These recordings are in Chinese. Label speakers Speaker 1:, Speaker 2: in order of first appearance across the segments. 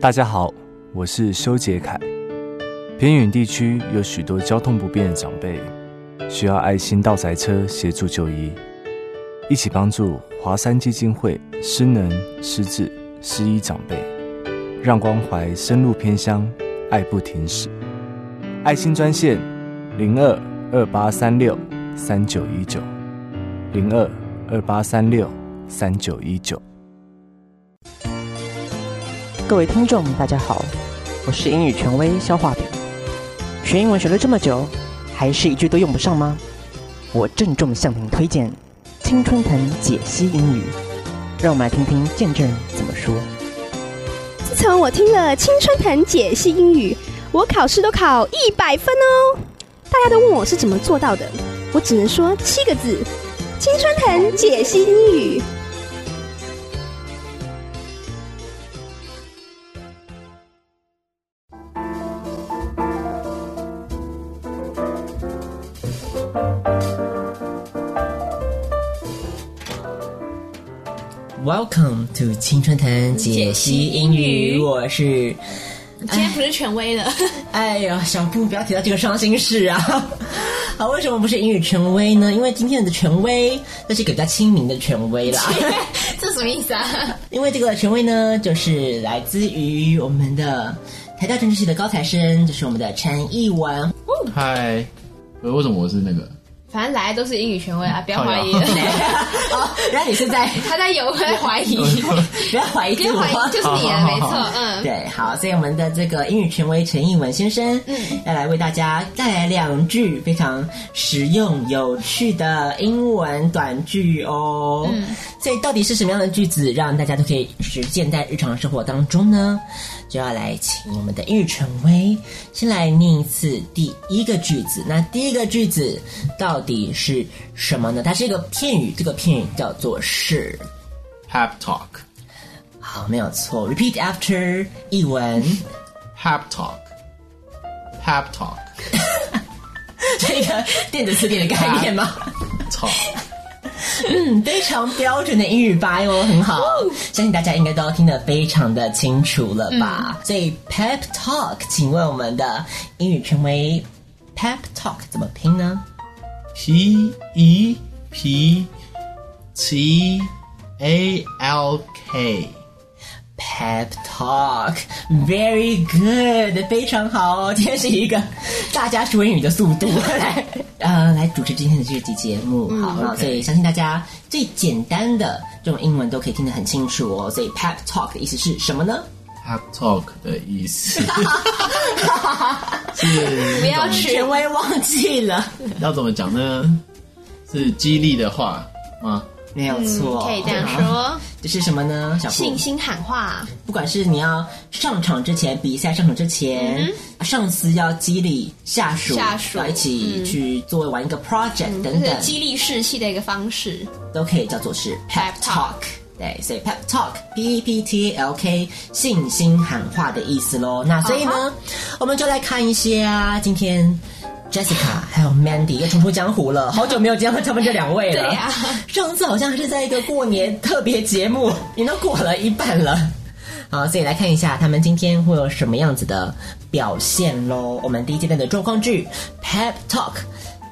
Speaker 1: 大家好，我是修杰楷。偏远地区有许多交通不便的长辈，需要爱心到宅车协助就医，一起帮助华山基金会失能、失智、失医长辈，让关怀深入偏乡，爱不停止。爱心专线零二二八三六三九一九零二二八三六三九一九。
Speaker 2: 各位听众，大家好，我是英语权威肖化饼。学英文学了这么久，还是一句都用不上吗？我郑重向您推荐《青春藤解析英语》，让我们来听听见证人怎么说。
Speaker 3: 自从我听了《青春藤解析英语》，我考试都考一百分哦。大家都问我是怎么做到的，我只能说七个字：青春藤解析英语。
Speaker 4: Welcome to 青春藤解析英
Speaker 5: 解析英
Speaker 4: 语，
Speaker 5: 语
Speaker 4: 我是
Speaker 5: 今天不是权威了，
Speaker 4: 哎呀，小布不要提到这个伤心事啊！ 好，为什么不是英语权威呢？因为今天的权威，那是给比较亲民的权威 啦。
Speaker 5: 这什么意思啊？
Speaker 4: 因为这个权威呢，就是来自于我们的台大政治系的高材生，就是我们的陈义文。
Speaker 6: 嗨，呃为什么我是那个？
Speaker 5: 反正来都是英语权威啊，不要怀疑
Speaker 6: 靠。
Speaker 4: 哦，然后你是在
Speaker 5: 他在有在怀疑，
Speaker 4: 不要怀疑
Speaker 5: 已
Speaker 4: 自
Speaker 5: 经
Speaker 4: 我，
Speaker 5: 怀疑就是你了， 没错，嗯，
Speaker 4: 对，好，所以我们的这个英语权威陈义文先生，嗯，要来为大家带来两句非常实用、有趣的英文短句哦。嗯，所以到底是什么样的句子让大家都可以实践在日常生活当中呢？就要来请我们的英语权威先来念一次第一个句子。那第一个句子到底是什么呢？它是一个片语，这个片语叫做是。
Speaker 6: Hap talk,
Speaker 4: 好，没有错。Repeat after 译文。
Speaker 6: hap talk, hap talk,
Speaker 4: 这个电子词典的概念吗？
Speaker 6: talk。
Speaker 4: 嗯，非常标准的英语发音哦，很好，相信大家应该都听得非常的清楚了吧？所以 pep talk，请问我们的英语权威 pep talk 怎么拼呢？
Speaker 6: P E P T A L K。
Speaker 4: Pep Talk，very good，非常好哦！今天是一个大家学英语的速 度来，呃，来主持今天的这集节目。好，那所以相信大家最简单的这种英文都可以听得很清楚哦。所以 Pep Talk 的意思是什么呢？
Speaker 6: Hap talk 的意思 是
Speaker 5: 不要去
Speaker 4: 权威忘记了，
Speaker 6: 要怎么讲呢？是激励的话吗？
Speaker 4: 没有错，
Speaker 5: 可以这样。说，
Speaker 4: 这是什么呢？小布
Speaker 5: 信心喊话，
Speaker 4: 不管是你要上场之前，比赛上场之前，啊上司要激励下属，
Speaker 5: 嗯下属
Speaker 4: 要一起去做完一个 project、
Speaker 5: 就
Speaker 4: 等
Speaker 5: 是
Speaker 4: 等，
Speaker 5: 激励士气的一个方式。
Speaker 4: 都可以叫做是 pep
Speaker 5: pep
Speaker 4: talk
Speaker 5: talk。
Speaker 4: 对，所以 pep talk p e p t l k 信心喊话的意思喽。那所以呢
Speaker 5: 啊
Speaker 4: 我们就来看一些啊，今天 Jessica 还有 Mandy 又重出江湖了，好久没有见到他们这两位了。
Speaker 5: 对呀
Speaker 4: 上次好像还是在一个过年特别节目，已 经都过了一半了。好，所以来看一下他们今天会有什么样子的表现喽。我们第一阶段的状况剧 Pep Talk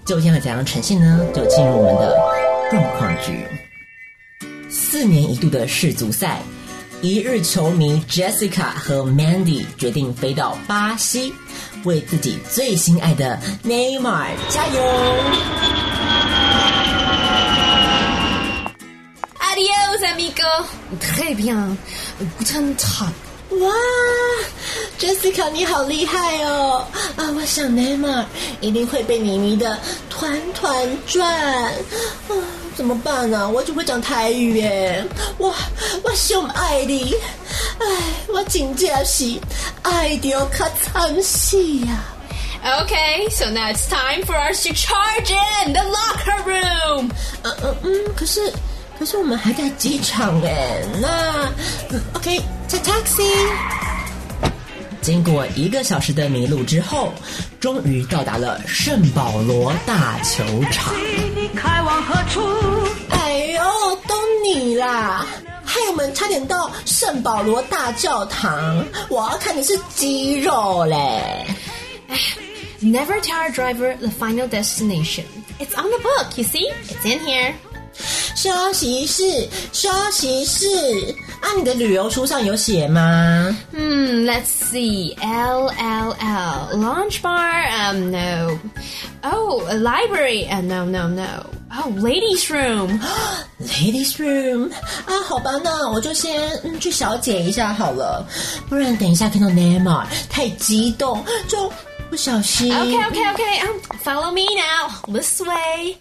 Speaker 4: 究竟会怎样呈现呢？就进入我们的状况剧。四年一度的世足赛，一日球迷 Jessica 和 Mandy 决定飞到巴西，为自己最心爱的 Neymar 加油！
Speaker 5: Adios, amigo. Très bien. Guten Tag.
Speaker 4: 哇，Jessica 你好厉害哦！啊，我想 Neymar 一定会被你迷的团团转。啊，怎么办呢、我只会讲台语耶！哇，我想爱你，唉，我真哎正是爱到较惨死呀、
Speaker 5: Okay, so now it's time for us to charge in the locker room.
Speaker 4: 嗯嗯嗯，可是可是我们还在机场哎，那嗯 OK，叫 taxi。经过一个小时的迷路之后，终于到达了圣保罗大球场。
Speaker 7: 你开往何处？
Speaker 4: 哎呦，都你啦！
Speaker 8: 害我们差点到圣保哦罗大教堂。我要看的是肌肉嘞。
Speaker 5: Never tell our driver the final destination. It's on the book, you see? It's in here.
Speaker 8: 休息室，休息室。啊，你的旅游书上有写吗？
Speaker 5: Hmm, let's see. L L L. Lounge bar? Um, no. Oh, a library? Uh, no, no, no. Oh, ladies' room.
Speaker 8: Ladies room 啊，好吧，那我就先嗯去小解一下好了，不然等一下看到 Neymar 太激动就不小心。
Speaker 5: Okay, okay, okay. Um, follow me now. This way.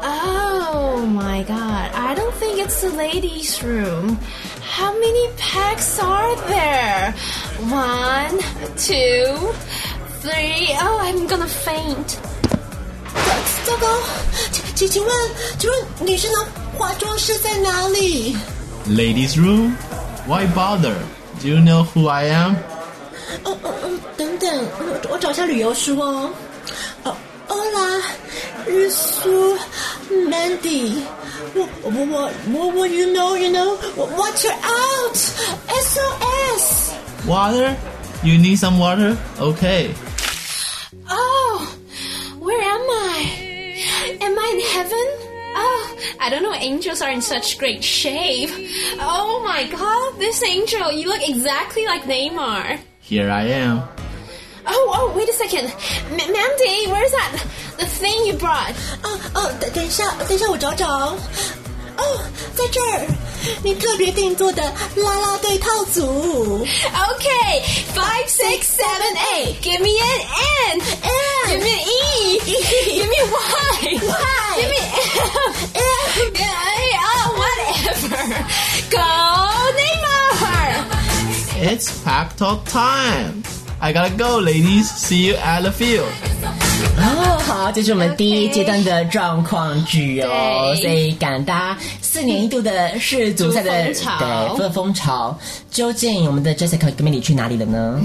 Speaker 5: Oh my god. I don't think it's the ladies' room. How many packs are there? One, two, three. Oh, I'm gonna faint.
Speaker 8: 糟糕，请请请问请问女生的化妆师在哪里？
Speaker 6: Ladies room? Why bother? Do you know who I am?
Speaker 8: 哦哦哦，等等，我我找一下旅游书哦。哦，欧拉，日苏，Mandy，我我我我我，you know you know，我 watch her out，SOS。
Speaker 6: Water? You need some water? Okay.
Speaker 5: Oh, where am I? Am I in heaven? Oh, I don't know. Angels are in such great shape. Oh my god, this angel, you look exactly like Neymar.
Speaker 6: Here I am.
Speaker 5: Oh, oh, wait a second. M- Mandy, where's that? The thing you brought.
Speaker 8: 哦哦，等等一下，等一下，我找找。哦，在这儿，你特别定做的啦啦队套组。
Speaker 5: Okay, five, six, seven, eight. Give me an N.
Speaker 8: N.
Speaker 5: Give me an E. Give me Y.
Speaker 8: Y.
Speaker 5: Give me M. M. whatever. Go, Neymar.
Speaker 6: It's pep talk time. I gotta go, ladies. See you at the field.
Speaker 8: 哦，好，这是我们第一阶段的状况剧哦，
Speaker 5: 对
Speaker 8: 所以赶搭四年一度的世足赛的
Speaker 5: 风潮
Speaker 8: 对这个风潮，究竟我们的 Jessica 跟 Mandy 去哪里了呢？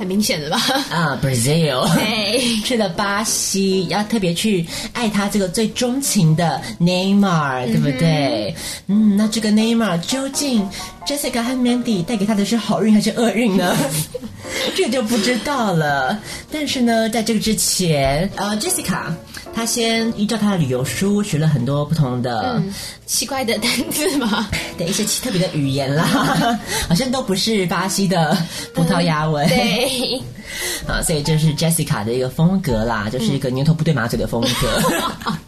Speaker 8: 啊，Brazil，
Speaker 5: 对
Speaker 8: 去了巴西，要特别去爱他这个最钟情的 Neymar，对不对？嗯，那这个 Neymar 究竟 Jessica 和 Mandy 带给他的是好运还是厄运呢？ 这就不知道了。但是呢，在这个之前，呃，Jessica 她先依照她的旅游书学了很多不同的、
Speaker 5: 奇怪的单字吗？
Speaker 8: 的一些奇特别的语言啦， 好像都不是巴西的葡萄牙文。
Speaker 5: 对，
Speaker 8: 啊，所以这是 Jessica 的一个风格啦，就是一个牛头不对马嘴的风格。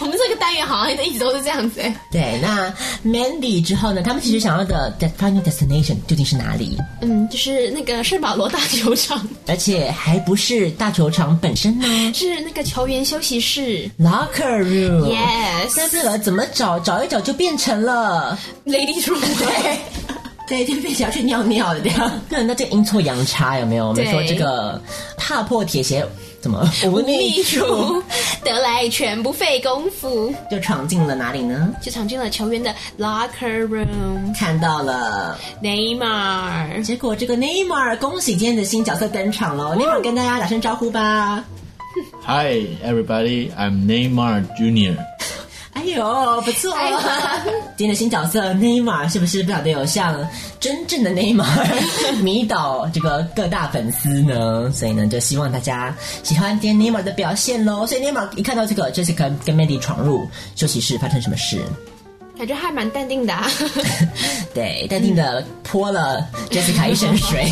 Speaker 5: 我们这个单元好像一直都是这样子、欸。
Speaker 8: 对，那 Mandy 之后呢，他们其实想要的 de- final destination 究竟是哪里？
Speaker 5: 嗯，就是那个圣保罗大球 场，
Speaker 8: 而且还不是大球场本身呢
Speaker 5: 是那个球员休息室。
Speaker 8: ，locker room。但
Speaker 5: Yes，ladies
Speaker 8: 不了，怎么找找一找就变成了，
Speaker 5: room。
Speaker 8: 对，就变成要去尿尿了，对吧？对，那这阴错阳差有没有？我们
Speaker 5: 对
Speaker 8: 说这个踏破铁鞋怎么 无觅
Speaker 5: 秘
Speaker 8: 处
Speaker 5: 书，得来全不费功夫，
Speaker 8: 就闯进了哪里呢？
Speaker 5: 就闯进了球员的 locker room。
Speaker 8: 看到了。
Speaker 5: Neymar，
Speaker 8: 结果这个 Neymar，恭喜今天的新角色登场
Speaker 5: 哦
Speaker 8: 喽！Neymar 跟大家打声招呼吧。
Speaker 6: Hi, everybody. I'm Neymar Jr.
Speaker 8: 哎呦，不错
Speaker 5: 哎呀！
Speaker 8: 今天的新角色 Neymar 是不是不晓得有像真正的 Neymar 迷倒这个各大粉丝呢？所以呢，就希望大家喜欢今天 Neymar 的表现喽。所以 Neymar 一看到这个 Jessica 跟 Mandy 闯入休息室，发生什么事？
Speaker 5: 感觉还蛮淡定的、 啊。
Speaker 8: 对，淡定的
Speaker 5: 嗯
Speaker 8: 泼了 Jessica 一身 水。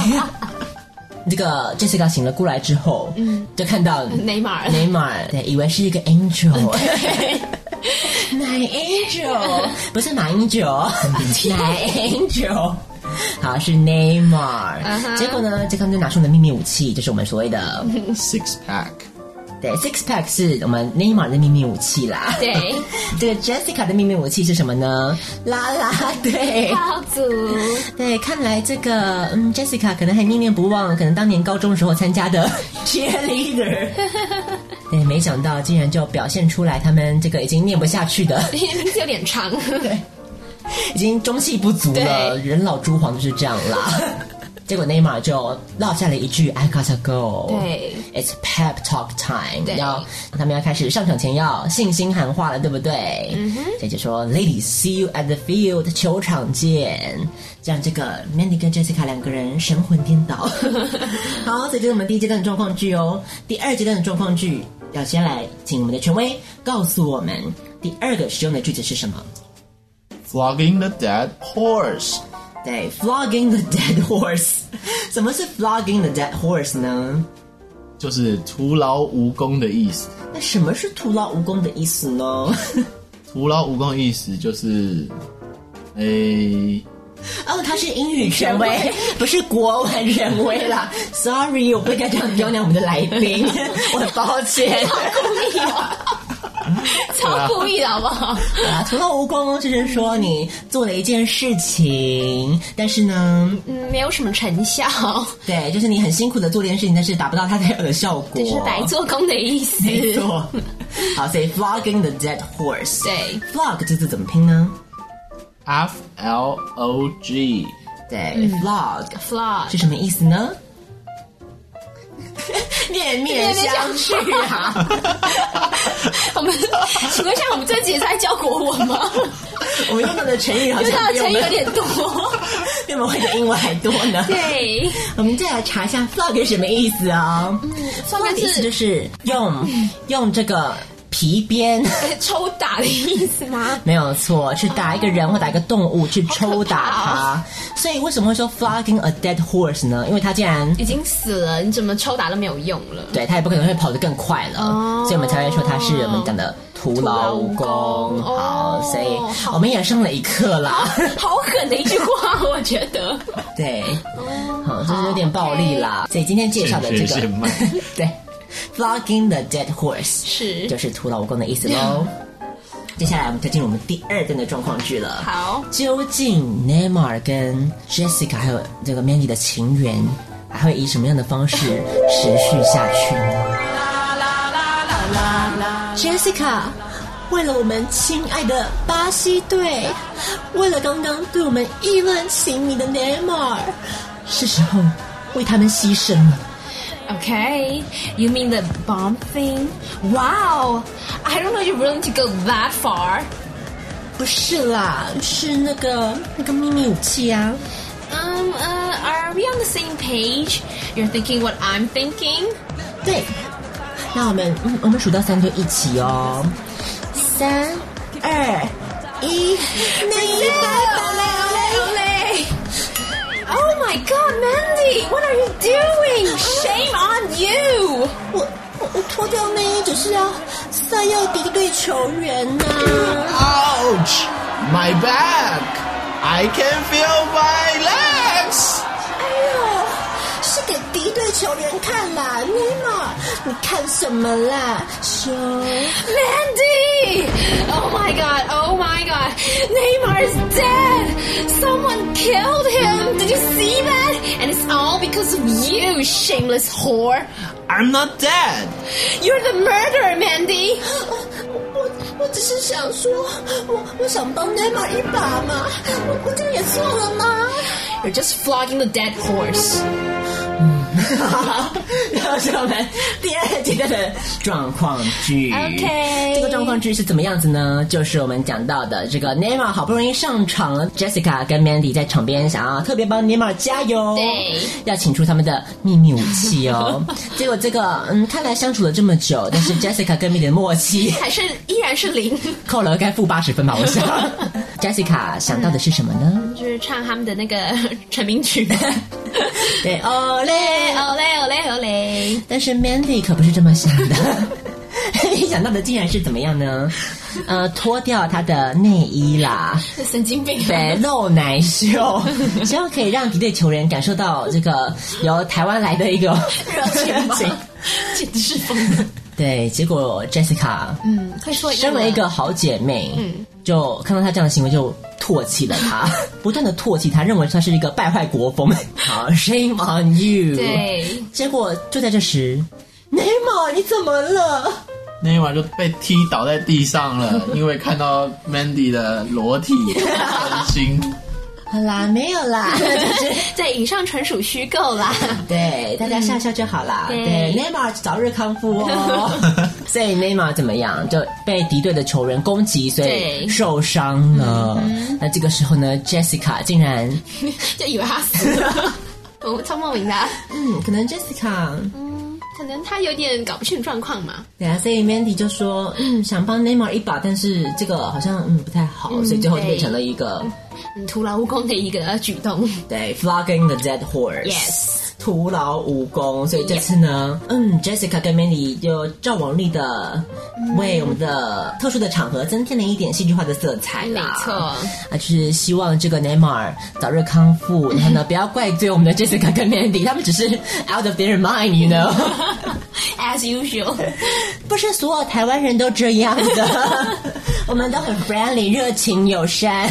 Speaker 8: 这个 Jessica 醒了过来之后，嗯，就看到
Speaker 5: Neymar
Speaker 8: 内马尔，对，以为是一个 angel，奶 angel 不是马英九，奶 angel。好是内马尔
Speaker 5: 嗯哼
Speaker 8: 结果呢，这个就拿出了秘密武器，就是我们所谓的
Speaker 6: Six pack.
Speaker 8: 对 six pack 是我们内马尔的秘密武器啦。
Speaker 5: 对，
Speaker 8: 这个 Jessica 的秘密武器是什么呢？啦啦队。
Speaker 5: 套组
Speaker 8: 对，看来这个嗯，Jessica 可能还念念不忘，可能当年高中时候参加的 cheerleader。对，没想到竟然就表现出来，他们这个已经念不下去的，
Speaker 5: 名字有点长。
Speaker 8: 已经中气不足了。人老珠黄就是这样啦。结果 Neymar 就落下了一句 “I gotta go”，
Speaker 5: 对
Speaker 8: ，It's pep talk time，
Speaker 5: 对
Speaker 8: 要他们要开始上场前要信心喊话了，对不对？嗯哼，所以就说 “Ladies，see you at the field，球场见”，让这个 Mandy 跟 Jessica 两个人神魂颠倒。好，这就是我们第一阶段的状况剧哦。第二阶段的状况剧，要先来请我们的权威告诉我们第二个使用的句子是什么。
Speaker 6: Flogging the dead horse.
Speaker 8: 对，flogging the dead horse。什 么是 flogging the dead horse 呢？
Speaker 6: 就是徒劳无功的意思。
Speaker 8: 那什么是徒劳无功的意思呢？
Speaker 6: 徒劳无功的意思就是，诶、
Speaker 8: 哦，他是英语权威， 不是国文权威啦。Sorry，我不应该这样刁难我们的来 宾，我很抱歉。
Speaker 5: 超故意的好不好？
Speaker 8: 啊，徒劳无功就是说你做了一件事情，但是呢，
Speaker 5: 嗯，没有什么成效，
Speaker 8: 对，就是你很辛苦的做这件事情，但是达不到他该有的效果，
Speaker 5: 就是白做工的意思。
Speaker 8: 没 错。好，所以 flogging the dead horse。
Speaker 5: 对
Speaker 8: ，flog 这字怎么拼呢？
Speaker 6: f L O G，
Speaker 8: 对、f l o g
Speaker 5: ，flog
Speaker 8: 是什么意思呢？ 面面相觑啊！
Speaker 5: 我们请问一下，我们这节在教国文 吗？
Speaker 8: 我们用到的成语好
Speaker 5: 因为它的成
Speaker 8: 像比我
Speaker 5: 语有
Speaker 8: 们
Speaker 5: 点多。
Speaker 8: 比我们会的英文还多呢。
Speaker 5: 对，
Speaker 8: 我们再来查一下 flog 是什么意思哦。
Speaker 5: 应
Speaker 8: flog
Speaker 5: 该
Speaker 8: 的意思
Speaker 5: 是
Speaker 8: 就是用用这个皮鞭，
Speaker 5: 抽打的意思吗？
Speaker 8: 没有错，去打一个人或打一个动物去抽打它。所以为什么会说 flogging a dead horse 呢？因为它竟然
Speaker 5: 已经死了，你怎么抽打都没有用 了。
Speaker 8: 对它也不可能会跑得更快了，
Speaker 5: 哦
Speaker 8: 所以我们才会说它是我们讲的徒劳无功。
Speaker 5: 徒劳无功
Speaker 8: 好，
Speaker 5: 哦
Speaker 8: 所以我们也上了一课啦。
Speaker 5: 好狠的一句话，我觉得。
Speaker 8: 对，好，
Speaker 5: 哦
Speaker 8: 就是有点暴力啦。所以今天介绍的这
Speaker 6: 是是
Speaker 8: 个
Speaker 6: 慢，
Speaker 8: 对，flogging the dead horse
Speaker 5: 是
Speaker 8: 就是徒劳无功的意 思喽。接下来我们就进入我们第二段的状况剧了。
Speaker 5: 好，
Speaker 8: 究竟 Neymar 跟 Jessica 还有这个 Mandy 的情缘，还会以什么样的方式持续下去呢？Jessica，为了我们亲爱的巴西队，为了刚刚对我们意乱情迷的 Neymar，是时候为他们牺牲了。
Speaker 5: Okay, you mean the bomb thing? Wow, I don't know you're willing to go that far.
Speaker 8: 不是啦，是那个那个秘密武器啊。
Speaker 5: Um, uh, are we on the same page? You're thinking what I'm thinking?
Speaker 8: 对，那我们嗯，我们数到三就一起哦，三二一，那一百宝嘞！
Speaker 5: Oh my god, Mandy, what are you doing? Shame on you!
Speaker 8: 我我我脱掉内衣只是要塞要敌对球员呐、
Speaker 6: ouch, my back, I can feel my legs.
Speaker 8: 哎呦，是给敌对球员看啦，尼玛，你看什么啦？球
Speaker 5: Mandy! Oh my god, oh my god. Neymar is dead! Someone killed him! Did you see that? And it's all because of you, shameless whore!
Speaker 6: I'm not dead.
Speaker 5: You're the murderer, Mandy!
Speaker 8: 我我只是想说，我我想帮内马一把嘛，我我这也错了吗？
Speaker 5: You're just flogging the dead horse.
Speaker 8: 然后是我们第二 阶段的状况剧。
Speaker 5: OK
Speaker 8: 这个状况剧是怎么样子呢？就是我们讲到的这个 Neymar 好不容易上场了，Jessica 跟 Mandy 在场边想要特别帮 Neymar 加油，
Speaker 5: 对，
Speaker 8: 要请出他们的秘密武器哦。 结果这个嗯，看来相处了这么久，但是 Jessica 跟 Mandy 的默契
Speaker 5: 还是依然是零，
Speaker 8: 扣了该负八十分吧，我 想。Jessica 想到的是什么呢？
Speaker 5: 就是唱他们的那个 成名 曲。
Speaker 8: 对，哦嘞哦。
Speaker 5: 哦嘞哦嘞哦嘞！
Speaker 8: 但是 Mandy 可不是这么想 的。Mandy 想到的竟然是怎么样呢？呃，脱掉她的内衣啦，
Speaker 5: 神经病啊！
Speaker 8: 对，露奶秀， 希望可以让敌对球员感受到这个由台湾来的一个 热
Speaker 5: 天哪
Speaker 8: 情。
Speaker 5: 简直是疯了。
Speaker 8: 对，结果 Jessica，
Speaker 5: 嗯，会说英文
Speaker 8: 身为一个好姐妹，就看到她这样的行为就唾弃了 她，不断的唾弃她，认为她是一个败坏国风。好，shame on you。
Speaker 5: 对，
Speaker 8: 结果就在这时，内马你怎么了？
Speaker 6: 那一晚就被踢倒 在地上了，因为看到 Mandy 的裸体很心
Speaker 8: 啦，没有
Speaker 5: 嗯
Speaker 8: 啦，就是
Speaker 5: 对，以上纯属虚构啦。
Speaker 8: 对大家笑笑就好啦。
Speaker 5: 对
Speaker 8: 对，Neymar 早日康复哦。 所以 Neymar 怎么样？就被敌对的球员攻击，所以
Speaker 5: 对
Speaker 8: 受伤了。那这个时候呢，Jessica 竟然，
Speaker 5: 就以为他死了， 我超莫名的啊、
Speaker 8: 嗯，可能 Jessica
Speaker 5: 可能他有点搞不清楚状况嘛。
Speaker 8: 对啊，所以 Mandy 就说，嗯，想帮 Neymar 一把，但是这个好像嗯不太好，所以最后就变成了一个
Speaker 5: 嗯，徒劳无功的一个举动。
Speaker 8: 对 flogging the dead horse。
Speaker 5: Yes
Speaker 8: 徒劳无功，所以这次呢嗯，Jessica 跟 Mandy 就照往例的为我们的特殊的场合增添了一点戏剧化的色彩
Speaker 5: 没
Speaker 8: 啦。
Speaker 5: 错
Speaker 8: 啊，就是希望这个 Neymar 早日康复，然后呢，不要怪罪我们的 Jessica 跟 Mandy，他们只是 out of their mind，you know。
Speaker 5: As usual，
Speaker 8: 不是所有台湾人都这样的，我们都很 friendly，热情友 善。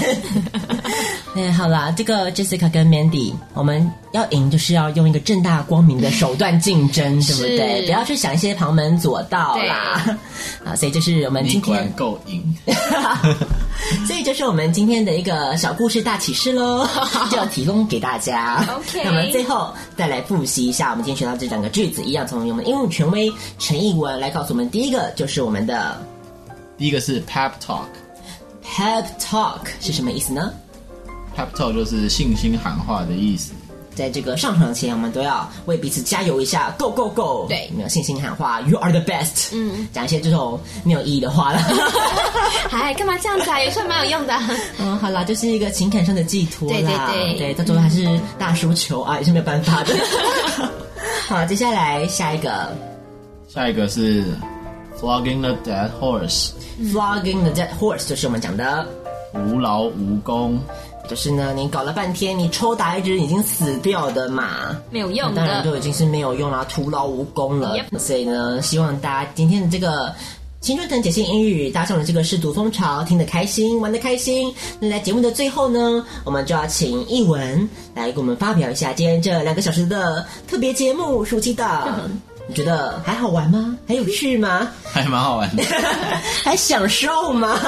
Speaker 8: 嗯，好啦，这个 Jessica 跟 Mandy，我们要赢就是要用一个正大光明的手段竞争，对不对？
Speaker 5: 是
Speaker 8: 不要去想一些旁门左道啦。 啊，所以就是我们
Speaker 6: 你
Speaker 8: 今
Speaker 6: 果然
Speaker 8: 天，
Speaker 6: 够硬。
Speaker 8: 所以就是我们今天的一个小故事大启示 喽，就要提供给大家。
Speaker 5: OK
Speaker 8: 那么最后再来复习一下我们今天学到这两个句子，一样从我们英语权威陈译文来告诉我们，第一个就是我们的。
Speaker 6: 第一个是 pep talk，pep
Speaker 8: Pep talk 是什么意思呢？
Speaker 6: talk 就是信心喊话的意思。
Speaker 8: 在这个上场前，我们都要为彼此加油一下，Go Go Go！
Speaker 5: 对
Speaker 8: 没有信心喊话，You are the best。
Speaker 5: 嗯，
Speaker 8: 讲一些这种没有意义的话啦。
Speaker 5: 哎，干嘛这样子啊？也算蛮有用的。
Speaker 8: 嗯，好啦，就是一个情感上的寄托啦。
Speaker 5: 对对对
Speaker 8: 到最后还是大输球啊，也是没有办法 的。好，接下来下一个
Speaker 6: 下一个是 flogging the dead horse，
Speaker 5: 嗯
Speaker 8: flogging the dead horse 就是我们讲的。
Speaker 6: 无劳无功。
Speaker 8: 就是呢，你搞了半天，你抽打一只已经死掉的马，
Speaker 5: 没有用的
Speaker 8: 那当然就已经是没有用啦，徒劳无功了。
Speaker 5: Yep
Speaker 8: 所以呢，希望大家今天的这个。青春藤解析英语搭上了这个试读风潮，听得开心，玩得开心。那在节目的最后呢，我们就要请译文来给我们发表一下今天这两个小时的特别节目暑期档。你觉得还好玩吗？还有趣吗？
Speaker 6: 还蛮好玩的。
Speaker 8: 还享受吗？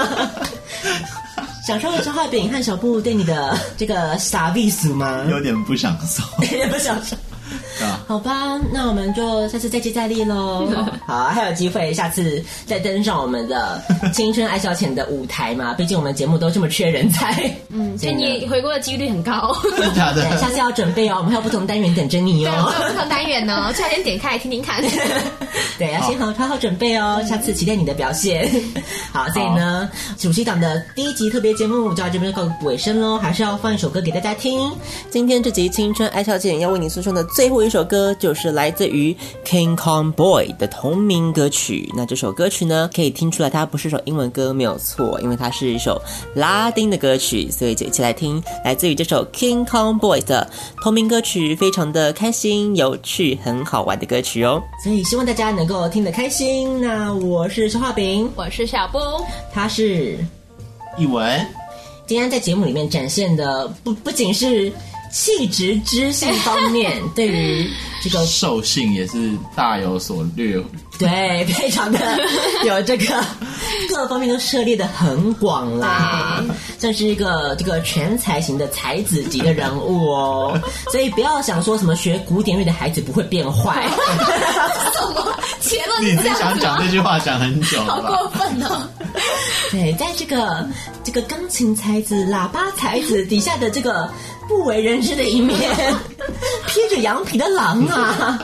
Speaker 8: 享受消化饼和小布对你的这个傻避暑 吗？
Speaker 6: 有点不想送。
Speaker 8: 点不享受。
Speaker 6: 啊
Speaker 8: 好吧，那我们就下次再接再厉喽。好，还有机会下次再登上我们的青春爱消遣的舞台嘛？毕竟我们节目都这么缺人才。嗯，
Speaker 5: 所以你回国的几率很高。
Speaker 6: 真假的？
Speaker 8: 下次要准备哦，我们还有不同单元等着 你
Speaker 5: 对，啊我
Speaker 8: 哦
Speaker 5: 们。有不同单元呢，差点点开来听听看。
Speaker 8: 对，要先好好好准备哦，下次期待你的表 现。好，所以呢，暑期档的第一集特别节目就到这边告尾声喽，还是要放一首歌给大家听。今天这集《青春爱笑健》要为你送上的最后一首歌，就是来自于 King Kong Boy 的同名歌曲。那这首歌曲呢，可以听出来它不是首英文歌，没有错，因为它是一首拉丁的歌曲，所以就一起来听来自于这首 King Kong Boy 的同名歌曲，非常的开心、有趣、很好玩的歌曲哦。所以希望大家能够听得开心。那我是小画饼，
Speaker 5: 我是小布，
Speaker 8: 他是
Speaker 6: 译文，
Speaker 8: 今天在节目里面展现的不不仅是气质知性方 面，对于这个
Speaker 6: 兽性也是大有所略。
Speaker 8: 对非常的有这个各方面都涉猎的很广啦，算是一个这个全才型的才子级的人物哦。所以不要想说什么学古典乐的孩子不会 变坏，
Speaker 5: 什么 结论
Speaker 6: 你
Speaker 5: 是
Speaker 6: 是
Speaker 5: 这样
Speaker 6: 想
Speaker 5: 子
Speaker 6: 讲
Speaker 5: 吗？
Speaker 6: 这句啊话讲很久
Speaker 5: 好
Speaker 6: 了吧？
Speaker 5: 过分哦！
Speaker 8: 对，在这个这个钢琴才子、喇叭才子底下的这个不为人知的一 面，披着羊皮的狼啊！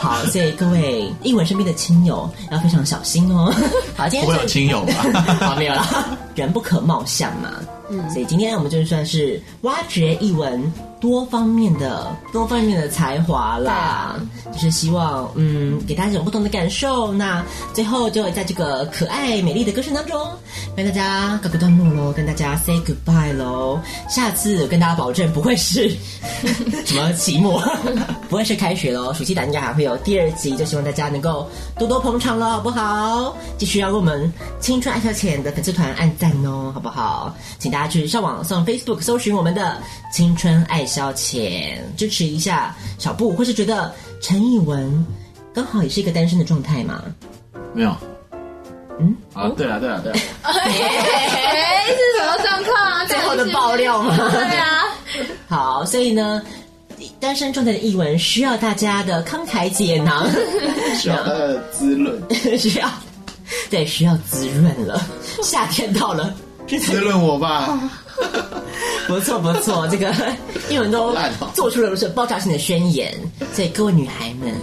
Speaker 8: 好，所以各位英文身边的亲友要非常小心哦。好，今天
Speaker 6: 我
Speaker 8: 就
Speaker 6: 有亲友
Speaker 8: 好
Speaker 6: 吧？
Speaker 8: 啊没有了，人不可貌相嘛。嗯，所以今天我们就算是挖掘译文多方面的多方面的才华啦，就是希望嗯给大家一种不同的感受。那最后就在这个可爱美丽的歌声当中，跟大家告个段落喽，跟大家 say goodbye 喽。下次跟大家保证不会是什么期末， 不会是开学喽，暑期档应该还会有第二集，就希望大家能够多多捧场了，好不好？继续要为我们青春爱消遣的粉丝团按赞哦，好不好？请大家去上网上 Facebook 搜寻我们的青春爱消遣，支持一下小布，或是觉得陈以文刚好也是一个单身的状态嘛，
Speaker 6: 没有。
Speaker 8: 嗯。
Speaker 6: 啊，对了对了对了，
Speaker 5: 哎，是什么状况啊？
Speaker 8: 最后的爆料吗？
Speaker 5: 对啊，
Speaker 8: 好，所以呢，单身状态的译文需要大家的慷慨解囊，
Speaker 6: 需要它的滋润，
Speaker 8: 需要对需要滋润 了，夏天到了。
Speaker 6: 滋润我吧。
Speaker 8: 不错不错， 这个英文都
Speaker 6: 烂哦
Speaker 8: 做出了是爆炸性的宣言，所以各位女孩们，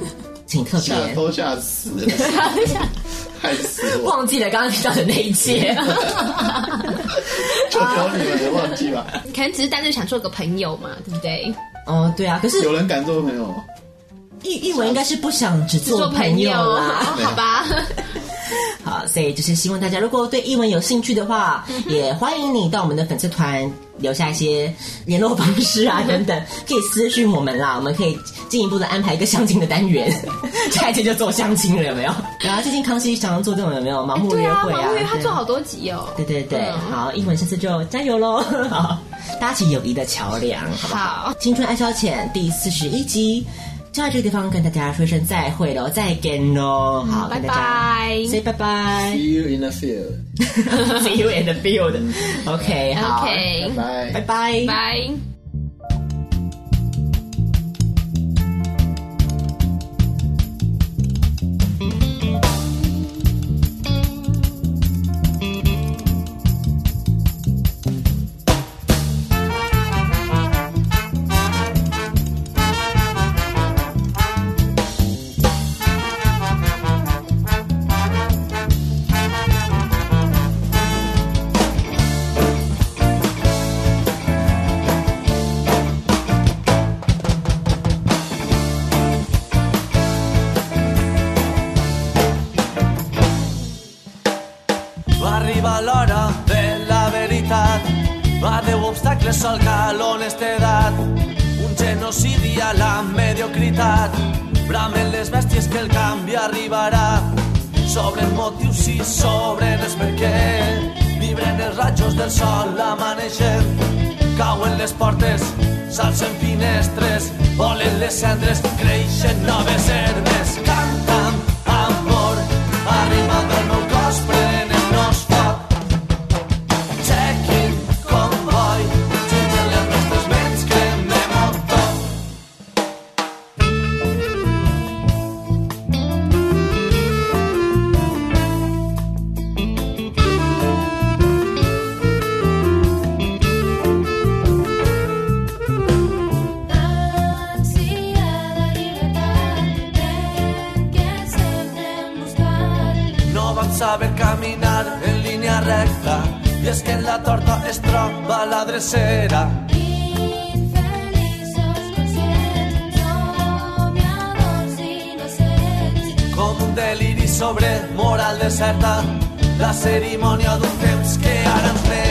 Speaker 8: 请特别
Speaker 6: 吓都吓死了， 害死我！
Speaker 8: 忘记了刚刚提到的那一 切。
Speaker 6: 求求你们，忘记吧。
Speaker 5: 可能只是单纯想做个朋友嘛，对不对？
Speaker 8: 哦，对啊，可是
Speaker 6: 有人敢做朋友吗？
Speaker 8: 译译文应该是不想只
Speaker 5: 做
Speaker 8: 做朋友啊
Speaker 5: 哦
Speaker 8: 啦。
Speaker 5: 好吧。
Speaker 8: 好，所以就是希望大家如果对译文有兴趣的话，
Speaker 5: 嗯
Speaker 8: 也欢迎你到我们的粉丝团留下一些联络方式啊等等，可以私讯我们啦，我们可以进一步的安排一个相亲的单 元，下一期就做相亲了，有没有？然后最近康熙常常做这种有没有盲目
Speaker 5: 对
Speaker 8: 约
Speaker 5: 啊，
Speaker 8: 会
Speaker 5: 毛
Speaker 8: 啊？
Speaker 5: 玉他
Speaker 8: 对
Speaker 5: 做好多集哦。
Speaker 8: 对对对，
Speaker 5: 嗯
Speaker 8: 好，英文下次就加油喽！好，搭起友谊的桥梁，好不好？
Speaker 5: 好，
Speaker 8: 青春爱消遣第四十一集，就在这个地方跟大家说声再会喽，再见喽！好，
Speaker 5: 嗯拜
Speaker 8: 跟大家
Speaker 5: 拜。
Speaker 8: say 拜拜
Speaker 6: See you in the field， Mm.
Speaker 8: ，see you in the field。OK，好，
Speaker 5: OK，
Speaker 6: 拜
Speaker 8: 拜。拜。
Speaker 5: 拜。
Speaker 9: Va arribar l'hora de la veritat, va deu obstacles al cal honestedat, un genocidi a la mediocritat, bramen les bèsties que el canvi arribarà, s'obren motius i s'obren els per què, vibren els ratxos del sol amaneixent, cauen les portes, s'alcen finestres, volen les cendres, creixen noves herbes, canten amor, arribant al meu cos prenem nos foc. Checking convoy, junten les nostres ments, cremem el tot.
Speaker 10: Ansia de llibertat, en què se'n hem buscat.
Speaker 9: no vam saber caminar en línia recta i és que en la torta es troba la drecera
Speaker 10: Infeliços conscients, somiadors innocents.
Speaker 9: com un deliri sobre moral deserta la cerimònia d'un temps que ara ens ve